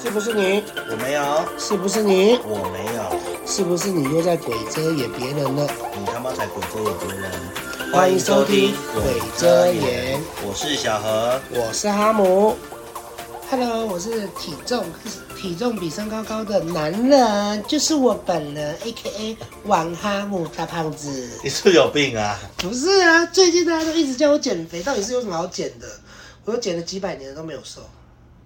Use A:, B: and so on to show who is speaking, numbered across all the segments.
A: 是不是你？
B: 我没有，
A: 是不是你？
B: 我没有，
A: 是不是你又在鬼遮掩别人了？
B: 你他妈才鬼遮眼别人！
A: 欢迎收听鬼遮眼，
B: 我是小何。
A: 我是哈姆。Hello，我是体重体重比身高高的男人，就是我本人，A K A 王哈姆大胖子。
B: 你是不是有病啊？
A: 不是啊，最近大家都一直叫我减肥，到底是有什么好减的？我都减了几百年了都没有瘦。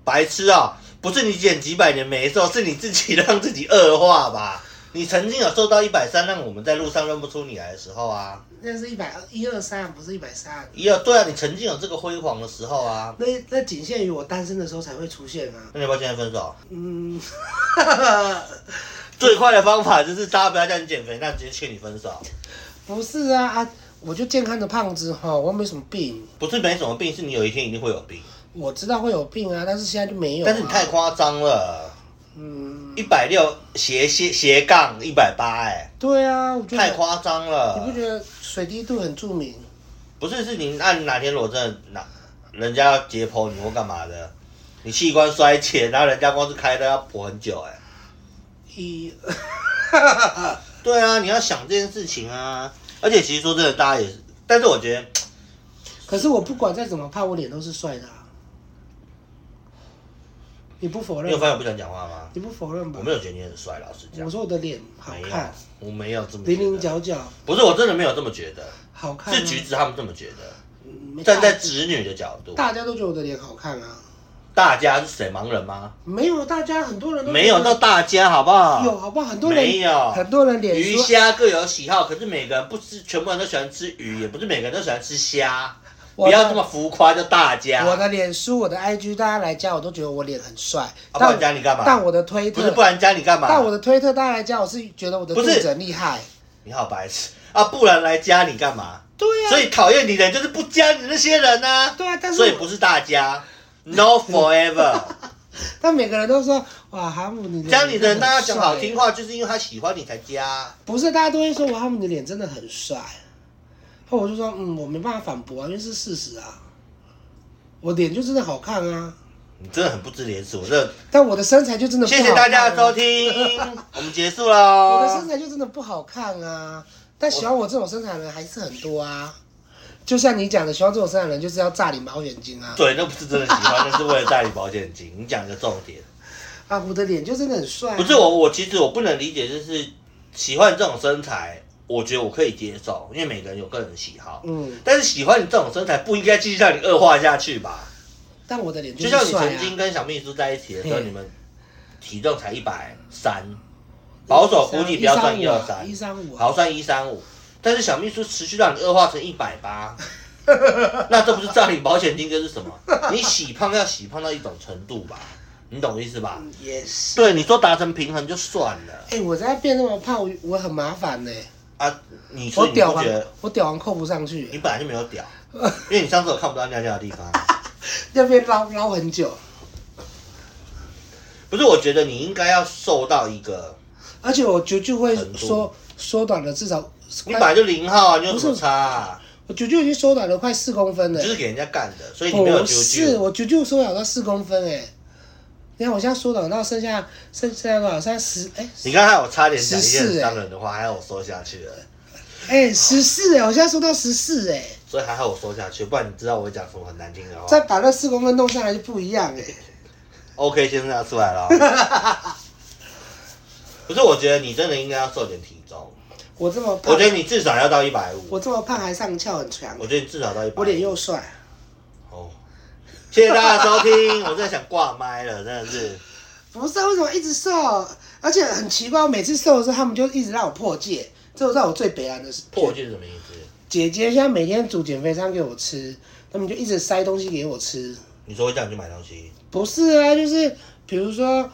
B: 白痴啊！不是你减几百年没瘦，是你自己让自己恶化吧？你曾经有瘦到一百三，让我们在路上认不出你来的时候啊！
A: 那是一百一二三，不是一百三。
B: 也有对啊，你曾经有这个辉煌的时候啊！
A: 那那仅限于我单身的时候才会出现啊。
B: 那你要不要现在分手？
A: 嗯，
B: 最快的方法就是大家不要叫你减肥，那直接劝你分手。
A: 不是啊啊，我就健康的胖子哈，我又没什么病。
B: 不是没什么病，是你有一天一定会有病，
A: 我知道会有病啊，但是现在就没有、啊。
B: 但是你太夸张了。
A: 嗯，
B: 一百六斜斜斜杠一百八，哎，
A: 对啊，我觉得
B: 太夸张
A: 你不
B: 了。
A: 觉得水滴度很著名？
B: 不是，是你按哪天裸证，哪人家要解剖你或干嘛的，你器官衰竭，然后人家光是开刀要剖很久，哎。
A: 一，
B: 对啊，你要想这件事情啊。而且其实说真的，大家也是，但是我觉得
A: 可是我不管再怎么胖，我脸都是帅的、啊。你不否
B: 你有
A: 认
B: 发
A: 吧？
B: 现我不想讲话吗？
A: 你不否认吧
B: 我？没有觉得你很帅，老实讲
A: 我，说我的脸好
B: 没有啊
A: 看，，
B: 我没有这么觉
A: 零
B: 得
A: 零角角
B: 不是，我真的没有这么觉得，
A: 好看、啊。
B: 是橘子他们这么觉得，
A: 嗯没
B: 站在
A: 大
B: 直女的角度，
A: 大家都觉得我的脸好看啊。
B: 大家是谁盲人吗？
A: 没有，大家很多人都
B: 没有
A: 觉得
B: 到大家，好不好？
A: 有好不好？很多人
B: 啊没有
A: 很多人脸
B: 鱼
A: 书
B: 虾各有喜好，可是每个人不吃，全部人都喜欢吃鱼，也不是每个人都喜欢吃虾。
A: 我
B: 不
A: 的
B: 要这么浮夸，叫大家。
A: 我的脸书、我的 IG，大家来加我都觉得我脸很帅。
B: 啊不
A: 但
B: 然加你干嘛
A: 但我的推
B: 不是，
A: 特，
B: 不然加你干嘛？
A: 但我的推特大家来加我是觉得我的肚
B: 不
A: 子
B: 是
A: 很厉害。
B: 你好白痴啊！不然来加你干嘛？
A: 对
B: 所
A: 啊，
B: 以讨厌你的人就是不加你那些人呢、啊。
A: 对啊，但是
B: 所以
A: 我
B: 不是大家，No forever。
A: 但每个人都说哇，哈姆你
B: 加你的人，
A: 人
B: 大家讲好听，话，就是因为他喜欢你才加。
A: 不是大家都会说哇，哈姆你的脸真的很帅。后我就说嗯，我没办法反驳啊，因为是事实啊，我脸就真的好看啊，
B: 你真的很不知廉耻，我真的
A: 但我的身材就真的不好
B: 谢
A: 看啊、
B: 谢大家的收听，我们结束喽。
A: 我的身材就真的不好看啊，但喜欢我这种身材的人还是很多啊。就像你讲的，喜欢这种身材的人就是要炸你毛眼睛啊！
B: 对，那不是真的喜欢，那是为了带你保险金。你讲一个重点，
A: 啊，我的脸就真的很帅啊、
B: 不是我，我其实我不能理解，就是喜欢这种身材，我觉得我可以接受，因为每个人有个人的喜好。
A: 嗯，
B: 但是喜欢你这种身材，不应该继续让你恶化下去吧？
A: 但我的脸
B: 就是像你
A: 帅
B: 曾
A: 啊。
B: 经跟小秘书在一起的时候，
A: 嘿
B: 你们体重才一百三，保守估计不要算一二三
A: 啊一，三五啊，
B: 好算一三五。但是小秘书持续让你恶化成一百八，那这不是占你保险金，这是什么？你洗胖要洗胖到一种程度吧？你懂我意思吧？
A: 也是。
B: 对，你说达成平衡就算了
A: 哎、我在变那么胖，我我很麻烦呢、
B: 啊，你说
A: 我
B: 你
A: 屌
B: 不
A: 王
B: 觉得，
A: 我屌王扣不上
B: 你
A: 去，
B: 本来就没有屌，因为你上次有看不到尿尿的地方。啊
A: 要被捞捞很久。
B: 不是，我觉得你应该要瘦到一个，
A: 而且我绝对会
B: 很多
A: 缩缩短了至少，
B: 你本来就零号啊，你有
A: 不
B: 什么
A: 是
B: 差、啊？
A: 我绝对已经缩短了快四公分
B: 你
A: 了、
B: 就是给人家干的，所以你没有
A: 不
B: 纠
A: 是，
B: 结。
A: 哦我绝对缩小到四公分哎、你看我现在缩短到剩下剩剩下多少？剩下十哎
B: 你刚才我差点讲一些很
A: 14欸
B: 伤人的话，还好我说下去了，
A: 哎十四哎，我现在缩到十四哎，
B: 所以还好我说下去，不然你知道我会讲什么很难听的话。
A: 再把那四公分弄上来就不一样哎、
B: OK 先生要出来了哦。 不是，我觉得你真的应该要瘦点体重，
A: 我这么胖
B: 我觉，得你至少要到一百五，
A: 我这么胖还上翘很强，
B: 我觉得你至少到一百。
A: 我脸又帅。
B: 哦，谢谢大家收听，我真的想挂麦了，真的是。
A: 不是啊为什么一直瘦，而且很奇怪，我每次瘦的时候，他们就一直让我破戒，这让我最北蓝的是
B: 破。戒是什么意思？
A: 姐姐现在每天煮减肥餐给我吃，他们就一直塞东西给我吃。
B: 你说会叫你去买东西，
A: 不是啊，就是比如说，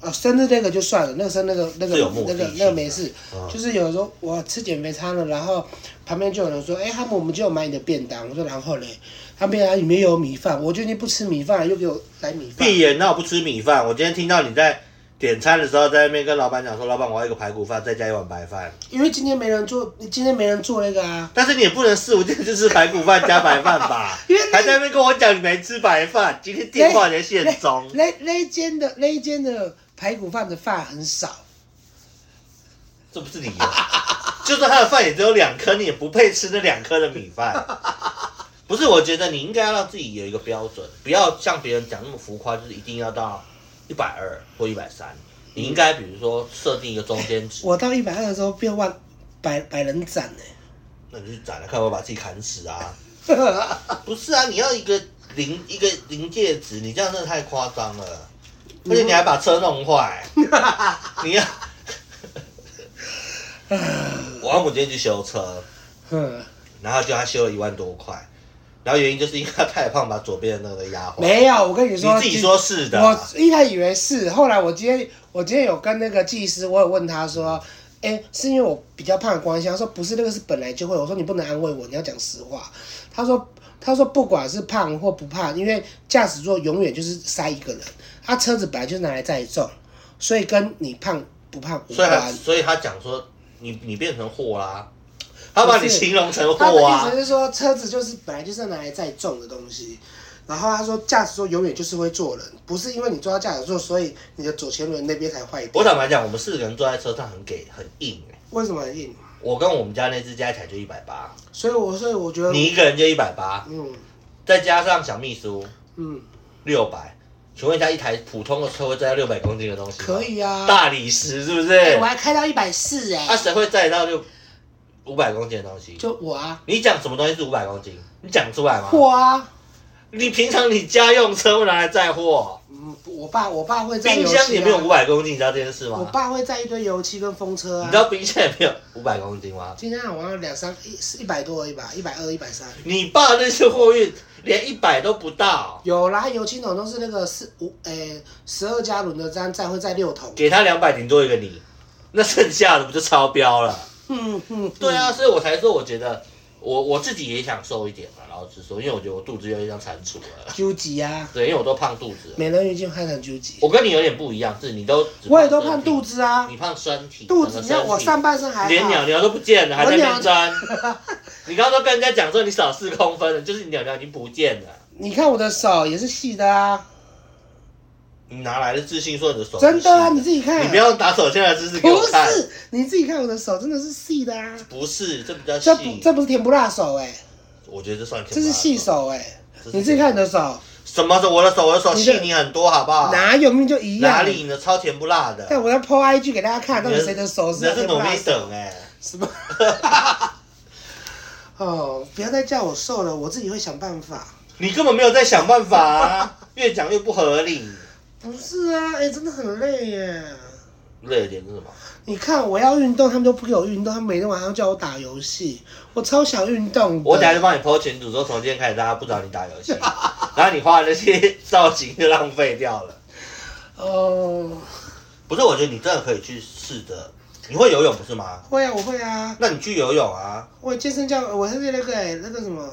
A: 呃，生日那个就算了，那个生那个那个
B: 是有目的
A: 那个
B: 性
A: 那
B: 的
A: 个没事，
B: 嗯
A: 就是有时候我吃减肥餐了，然后旁边就有人说，哎、他们我们就有买你的便当，我说然后嘞，他便当里面有米饭，我最近不吃米饭，又给我来米饭。
B: 闭眼那我不吃米饭。我今天听到你在点餐的时候在那边跟老板讲说，老板我要一个排骨饭，再加一碗白饭。
A: 因为今天没人做，今天没人做那个啊。
B: 但是你也不能肆无忌惮就吃排骨饭加白饭吧
A: 因为？那
B: 还在那边跟我讲你没吃白饭，今天电话连线中。
A: 那那一间的那一间的排骨饭的饭很少，
B: 这不是理由。就算他的饭也只有两颗，你也不配吃那两颗的米饭。不是，我觉得你应该让自己有一个标准，不要像别人讲那么浮夸，就是一定要到一百二或一百三。你应该比如说设定一个中间值，
A: 我到一百二的时候变万百百人斩 呢、
B: 那你就攒了看我把自己砍死啊！
A: 欸。
B: 不是啊，你要一个临一个临界值，你这样真的太夸张了，而且你还把车弄坏，你要。 我阿母今天去修车，
A: 嗯，
B: 然后就他修了一万多块，然后原因就是因为他太胖，把左边的那个压坏。
A: 没有，我跟你
B: 你
A: 说，
B: 自己说是的，
A: 我一开始以为是，后来我今天我今天有跟那个技师，我有问他说，哎、是因为我比较胖的关系？他说不是，那个是本来就会。我说你不能安慰我，你要讲实话。他说他说不管是胖或不胖，因为驾驶座永远就是塞一个人，他车子本来就是拿来载重，所以跟你啊胖不胖无
B: 所以他
A: 关。
B: 所以他讲说你你变成货啦，他把你形容成
A: 他的
B: 货
A: 意
B: 啊
A: 思，是说，车子就是本来就是拿来载重的东西。然后他说，驾驶座永远就是会坐人，不是因为你坐到驾驶座，所以你的左前轮那边才坏掉
B: 我。坦白讲，我们四个人坐在车上很给很硬、欸，
A: 为什么很硬？
B: 我跟我们家那只加起来就一百八，
A: 所以我所以我觉得，
B: 你一个人就一百八，
A: 嗯
B: 再加上小秘书
A: 嗯，
B: 六百，请问一下，一台普通的车会载到六百公斤的东西吗？
A: 可以啊。
B: 大理石是不是？
A: 哎我还开到一百四
B: 那
A: 哎，
B: 谁会载到六五百公斤的东西？
A: 就我啊，
B: 你讲什么东西是五百公斤？你讲出来吗？
A: 货啊，
B: 你平常你家用车会拿来载货，
A: 嗯，我爸我爸会在
B: 冰箱里面有五
A: 我
B: 百公斤，你知道这件事
A: 啊我
B: 吗？
A: 爸会在一堆油漆跟风车
B: 你
A: 啊
B: 知。道冰箱里面有五百公斤吗？
A: 今天好像两三一一百多而已吧，一百二一百三。
B: 你爸那些货运连一百都不到，
A: 有啦，油漆桶都是那个四五诶十二加仑的，这样再会在六桶。
B: 给他两百顶多一个你，那剩下的不就超标了？
A: 嗯嗯，
B: 对啊，所以我才说，我觉得我我自己也想瘦一点嘛，然后是说，因为我觉得我肚子越来越像蟾蜍了，
A: 嗯，纠结啊，
B: 对，因为我都胖肚子了。
A: 美人鱼就看很纠结。
B: 我跟你有点不一样，是你都只
A: 我也都胖
B: 身体
A: 肚，子啊，
B: 你胖身体，
A: 肚子，
B: 整
A: 你
B: 个身
A: 看
B: 体
A: 我上半身还
B: 连
A: 好
B: 鸟。鸟都不见了，还在那
A: 我
B: 边钻。你刚刚都跟人家讲说你少四公分了，就是你鸟鸟已经不见了。
A: 你看我的手也是细的啊，
B: 你哪来的自信说你的手是
A: 真的啊，
B: 细
A: 你自己看。
B: 你不要打手枪的姿势 给
A: 不
B: 我看。
A: 是，你自己看我的手真的是细的啊，
B: 不是，这比较
A: 这不
B: 细。
A: 这不是甜不辣手哎、
B: 我觉得这算甜
A: 这是细手哎、你自己看你的手，
B: 什么手？我的手，我的手
A: 你的
B: 细你很多，好不好？
A: 哪有命就一样。
B: 啊哪里？你的超甜不辣的。
A: 但我要 PO IG 给大家看，到底谁的手
B: 你
A: 是
B: 的是
A: 甜不
B: 努
A: 辣
B: 力
A: 手？
B: 等哎。
A: 什么？ 哦，不要再叫我瘦了，我自己会想办法。
B: 你根本没有在想办法啊， 越讲越不合理。
A: 不是啊，哎、真的很累耶。
B: 累点是什么？
A: 你看，我要运动，他们都不给我运动，他们每天晚上叫我打游戏，我超想运动的。
B: 我等下就帮你剖群组，说从今天开始大家不找你打游戏，然后你画的那些 造型就浪费掉了。
A: 哦，
B: 不是，我觉得你真的可以去试着。你会游泳不是吗？
A: 会啊，我会啊，
B: 那你去游泳啊，
A: 我健身教，我是那个、哎那个什么，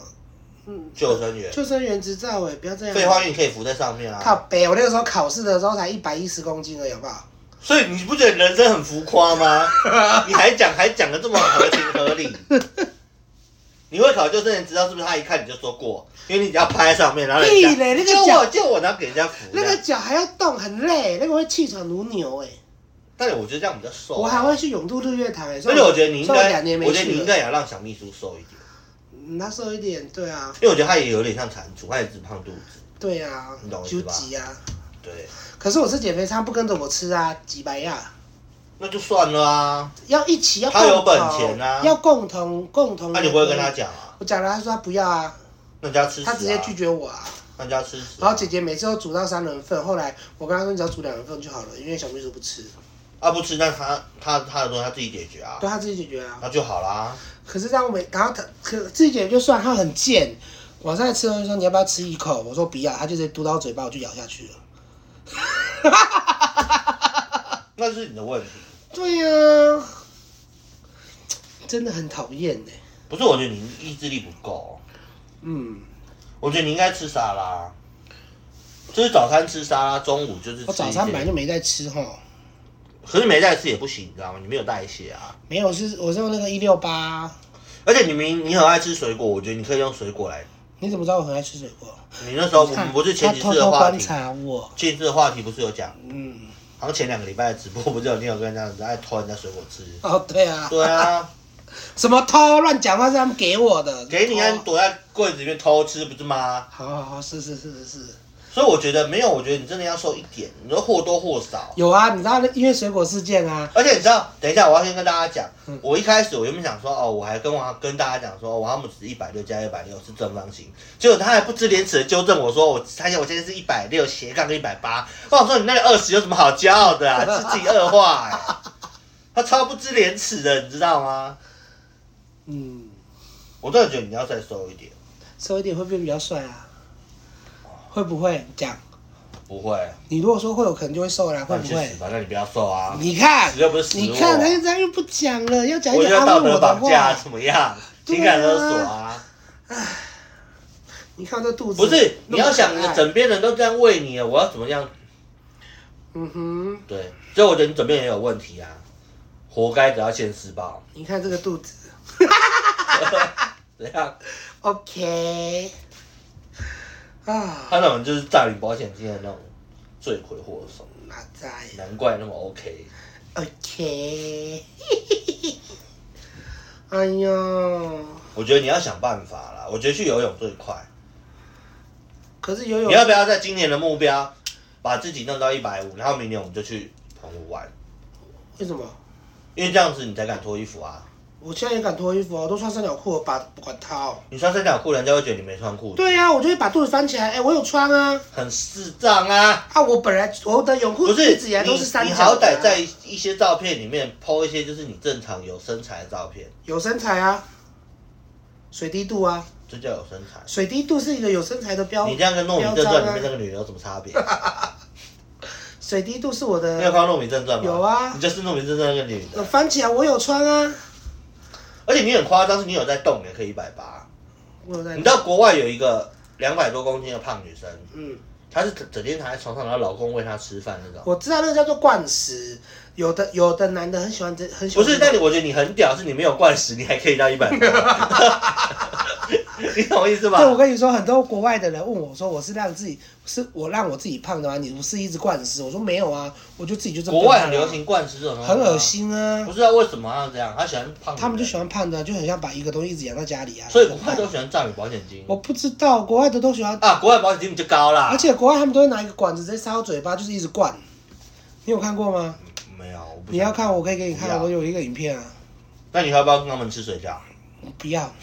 A: 嗯，
B: 救生员。
A: 救生员执照哎、不要这样。
B: 废话，因为你可以浮在上面
A: 靠
B: 啊。
A: 北，我那个时候考试的时候才一百一十公斤而已，好不好？
B: 所以你不觉得人生很浮夸吗？你还讲还讲的这么合情合理。你会考救生员知道是不是？他一看你就说过，因为你只要趴在上面，然后人
A: 屁嘞那
B: 家
A: 个
B: 救
A: 脚
B: 我救我，然后给人家扶。
A: 那个脚还要动，很累，那个会气喘如牛哎、
B: 但我觉得这样比较瘦啊。
A: 我还会去永渡日月潭哎、所
B: 而
A: 以
B: 且我觉得你应
A: 所以我
B: 该，
A: 两年没
B: 我觉得
A: 去
B: 你
A: 了
B: 应该也要让小秘书瘦一点，
A: 嗯那瘦一点，对啊，
B: 因为我觉得他也有点像蟾蜍，他也只胖肚子。
A: 对啊
B: 你懂，我意
A: 纠
B: 思吧
A: 结啊。
B: 对，
A: 可是我吃减肥餐不跟着我吃啊，几百呀，
B: 那就算了啊。
A: 要一起要
B: 他有
A: 共同
B: 本钱啊
A: 要共同共同。
B: 那、你不会跟他？讲啊？
A: 我讲了，他说他不要啊，
B: 那你就要吃屎、啊。
A: 他直接拒。绝我啊。
B: 那你就要吃屎、啊。
A: 然后姐姐每次都煮到三人份，后来我跟她说你只要煮两人份就好了，因为小秘书不吃，
B: 啊不吃，那他他他的东西他自己解决啊
A: 对，她自己解决啊。
B: 那就好啦。
A: 可是让我每然后他可自己解决就算，他很贱。晚上在吃饭说你要不要吃一口，我说不要，他就直接嘟到嘴巴，我就咬下去了。
B: 那是你的问题，
A: 对呀、真的很讨厌呢。
B: 不是我觉得你意志力不够，
A: 嗯，
B: 我觉得你应该吃沙拉，就是早餐吃沙拉，中午就是吃一些
A: 我早餐本来就没在吃哈。
B: 可是没带刺也不行，你知道吗？你没有代谢啊。
A: 没有是我是用那个一六八，
B: 而且你明你很爱吃水果，我觉得你可以用水果来。
A: 你怎么知道我很爱吃水果？
B: 你那时啊候我
A: 看
B: 们不是前几
A: 他偷
B: 次的
A: 偷
B: 话
A: 观
B: 题，
A: 察我，
B: 前几次的话题不是有讲，
A: 嗯，
B: 好像前两个礼拜的直播不是有你有跟这样子爱偷人家水果吃？
A: 哦对啊，
B: 对啊，
A: 什么偷乱讲话是他们给我的，
B: 给你啊，你
A: 偷
B: 躲在柜子里面偷吃不是吗？
A: 好好好，是是是是是，
B: 所以我觉得没有，我觉得你真的要瘦一点，你说或多或少。
A: 有啊，你知道那因为水果事件啊，
B: 而且你知道，等一下我要先跟大家讲
A: 嗯，
B: 我一开始我原本想说，哦，我还跟我跟大家讲说，哦我姆是一百六加一百六是正方形，结果他还不知廉耻的纠正我说，我他现我现在是一百六斜杠一百八，我想说你那个二十有什么好骄傲 的啊，是自己恶化哎、他超不知廉耻的，你知道吗？
A: 嗯，
B: 我真的觉得你要再瘦一点，
A: 瘦一点会不会比较帅啊？会不会讲？
B: 不会，
A: 你如果说会，我可能就会瘦啦，会
B: 那
A: 不
B: 你去
A: 会
B: 死？吧，那你不要瘦啊，
A: 你看
B: 死，又不是死
A: 你看，他
B: 我
A: 就这样又不讲了，要讲一
B: 我觉
A: 点
B: 得道
A: 安慰
B: 德
A: 我的
B: 绑架
A: 话。
B: 怎么样？
A: 对啊
B: 情感勒索啊，
A: 你看这肚子，
B: 不是你要想，
A: 那么
B: 你
A: 可爱
B: 的枕边人都这样喂你了，我要怎么样？
A: 嗯哼，
B: 对，所以我觉得你枕边人也有问题啊，活该得到现世报。
A: 你看这个肚子
B: 怎样？
A: ，OK，啊，
B: 他那种就是诈领保险金的那种罪魁祸首，
A: 哪在
B: 难怪那么 OK。
A: ？OK，哎呦，
B: 我觉得你要想办法啦，我觉得去游泳最快。
A: 可是游泳
B: 你要不要在今年的目标把自己弄到一百五，然后明年我们就去澎湖玩？
A: 为什么？
B: 因为这样子你才敢脱衣服啊！
A: 我现在也敢脱衣服哦，我都穿三角裤，我把不管它哦。
B: 你穿三角裤，人家会觉得你没穿裤子，
A: 对呀、啊我就会把肚子翻起来，哎、我有穿啊。
B: 很智障啊！
A: 啊，我本来我的泳裤
B: 不是
A: 一直以来都是三
B: 你
A: 角
B: 你
A: 的啊、
B: 好歹在一些照片里面 PO 一些就是你正常有身材的照片，
A: 有身材啊，水滴度啊，
B: 这叫有身材。
A: 水滴度是一个有身材的标。
B: 你这样跟《糯米
A: 标
B: 正
A: 章
B: 传》里
A: 啊
B: 面那个女人有什么差别？
A: 水滴度是我
B: 你有
A: 的，
B: 看过《糯米正传》吗？
A: 有啊
B: 你就是《糯米正传》那个女
A: 我
B: 的，
A: 翻起来我有穿啊，
B: 而且你很夸张，是你有在动，也可以一百八。
A: 我有在
B: 你知。道国外有一个两百多公斤的胖女生，
A: 嗯，
B: 她是整整天躺在床上，然后老公喂她吃饭那种。
A: 我知道那个叫做灌食，有的有的男的很喜欢这，很喜
B: 不
A: 欢。
B: 是，但你我觉得你很屌，是你没有灌食，你还可以到一百八。 你懂我意思吧？
A: 对，我跟你说，很多国外的人问我说，我是让自己是我让我自己胖的吗？你不是一直灌食？我说没有啊，我就自己就这么、
B: 国外很流，行灌食这种东西啊，
A: 很恶心啊
B: 不。知道为什么要这样，他喜欢胖女人，
A: 他们就喜欢胖的啊，就很像把一个东西一直养到家里啊。
B: 所以国外都喜欢占领保险金
A: 我不知道，国外的都喜欢
B: 啊，国外保险金就高啦。
A: 而且国外他们都会拿一个管子直接塞到嘴巴，就是一直灌。你有看过吗？
B: 没有，我不
A: 你要看，我可以给你看，
B: 不
A: 我
B: 要
A: 有一个影片啊。
B: 那你要不要跟他们吃水饺？
A: 不要。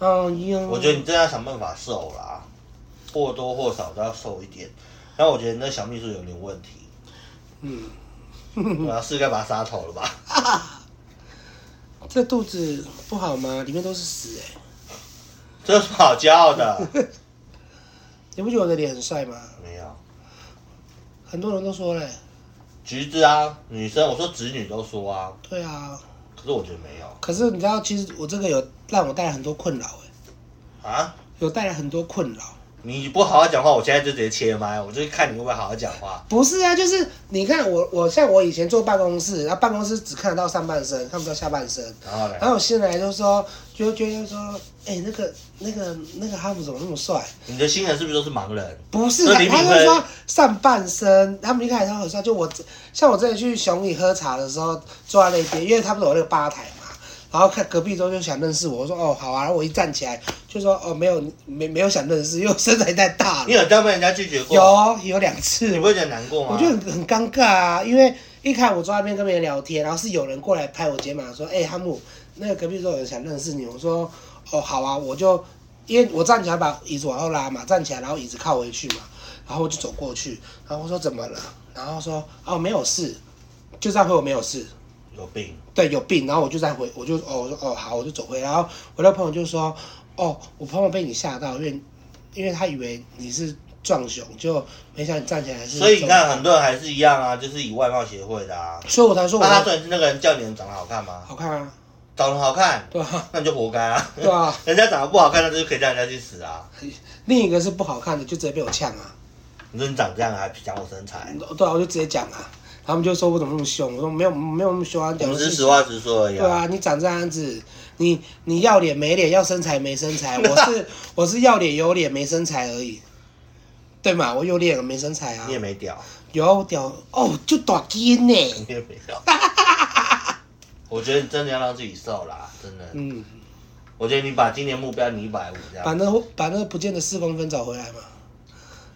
A: 嗯哟，
B: 我觉得你真的要想办法瘦啦，或多或少都要瘦一点。然后我觉得你那小秘书有点问题，
A: 嗯，
B: 我要是该把他杀头了吧？
A: 这肚子不好吗？里面都是屎哎、
B: 这有什么好骄傲的？
A: 你不觉得我的脸很帅吗？
B: 没有，
A: 很多人都说嘞、
B: 橘子啊，女生我说直女都说啊，
A: 对啊。
B: 可是我觉得没有
A: 可是你知道，其实我这个有让我带来很多困扰哎、
B: 啊。
A: 有带来很多困扰。
B: 你不好好讲话，我现在就直接切麦，我就看你会不会好好讲话。
A: 不是啊，就是你看我，我像我以前坐办公室，然后办公室只看得到上半身，看不到下半身。
B: 然后呢
A: 然？后我新来就说，就觉得说，哎、那个那个那个哈姆怎么那么帅？
B: 你的新人是不是都是盲人？
A: 不是，
B: 那
A: 他
B: 李
A: 他
B: 炳
A: 就
B: 坤
A: 说上半身，他们一开始都很帅。就我像我之前去熊里喝吧的时候，坐在那边，因为他们有那个吧台嘛，然后看隔壁桌就想认识我，我说哦好啊，然后我一站起来就说哦没有没没有想认识，因为我身材太大
B: 你
A: 了。
B: 有这样被人家拒绝过？，
A: 有有两次
B: 你，不会觉得难过吗？
A: 我就很很尴尬啊，因为一开始我坐在那边跟别人聊天，然后是有人过来拍我肩膀说：“哎、哈姆，那个隔壁桌有人想认识你。”我说：“哦，好啊。”我就因为我站起来把椅子往后拉嘛，站起来然后椅子靠回去嘛，然后我就走过去，然后我说：“怎么了？”然后说：“哦，没有事。”就这样回我没有事，
B: 有病，
A: 对，有病。然后我就再回，我就哦，我说哦好，我就走回来。然后我那朋友就说：“哦，我朋友被你吓到，因为因为他以为你是壮熊，就没想到你站起来是。”
B: 所以你看，很多人还是一样啊，就是以外貌协会的啊。
A: 所以我才说我
B: 那他虽然是那个人叫你人长得好看吗？
A: 好看啊，
B: 长得好看，
A: 对啊，
B: 那你就活该啊。
A: 对 啊。
B: 人家长得不好看，那就是可以叫人家去死啊。
A: 另一个是不好看的，就直接被我呛啊。
B: 你说你长这样还讲我身材，
A: 对啊，我就直接讲啊，他们就说我怎么那么凶，我说没有没有那么凶啊，
B: 我
A: 讲
B: 们
A: 的
B: 是
A: 是
B: 实话实说而已、
A: 对啊，你长这样子，你你要脸没脸，要身材没身材，我 是我是要脸有脸没身材而已，对嘛？我有脸没身材啊
B: 你，也没屌，
A: 有啊我屌哦，就短肩呢，
B: 你也没屌。 我觉得你真的要让自己瘦啦，真的。
A: 嗯，
B: 我觉得你把今年目标你一百五这
A: 把
B: 样，
A: 那把那不见的四公分找回来嘛。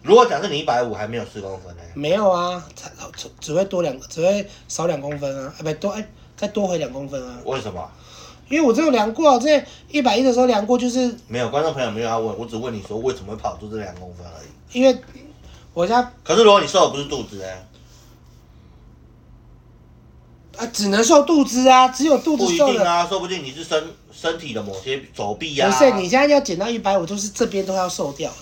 B: 如果假设你一百五还没有四公分呢、
A: 没有啊，才只只会多两，只会少两公分啊，哎，不多哎，再多回两公分啊。
B: 为什么？
A: 因为我真的量过，我之前一百一的时候量过，就是
B: 没有观众朋友没有要问，我只问你说为什么会跑出这两公分而已。
A: 因为我家
B: 可是如果你瘦的不是肚子呢？
A: 啊只能瘦肚子啊，只有肚
B: 不
A: 子
B: 一
A: 瘦
B: 定
A: 了。
B: 啊，说不定你是身身体的某些手臂呀、
A: 不
B: 啊。
A: 是，你现在要减到一百五，就是这边都要瘦掉、欸。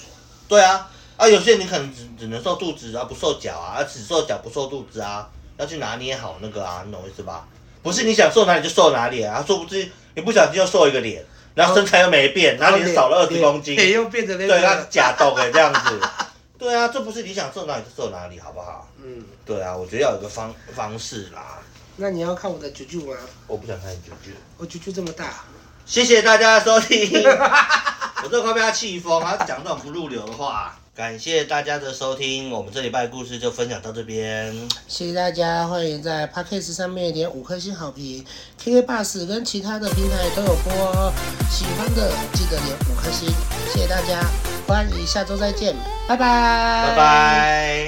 B: 对啊，啊，有些人你可能只只能瘦肚子啊，不瘦脚啊，啊只瘦脚不瘦肚子啊，要去拿捏好那个啊，你懂我意思吧？不是你想瘦哪里就瘦哪里啊，殊不知你不小心又瘦一个脸，然后身材又没变，然后脸少了二十公斤，
A: 脸又变成那
B: 对，那
A: 个。
B: 假动哎、这样子。 对啊，这不是你想瘦哪里就瘦哪里，好不好？
A: 嗯，
B: 对啊，我觉得要有个方方式啦。
A: 那你要看我的啾啾吗？
B: 我不想看你九句。
A: 我啾啾这么大，啊
B: 谢谢大家的收听， 我真的快被他气疯，他讲这种不入流的话。感谢大家的收听，我们这礼拜的故事就分享到这边。
A: 谢谢大家，欢迎在 Podcast 上面点五颗星好评，KK Bus 跟其他的平台都有播哦。喜欢的记得点五颗星，谢谢大家，欢迎下周再见，拜拜，
B: 拜。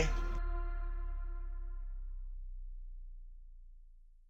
B: 拜。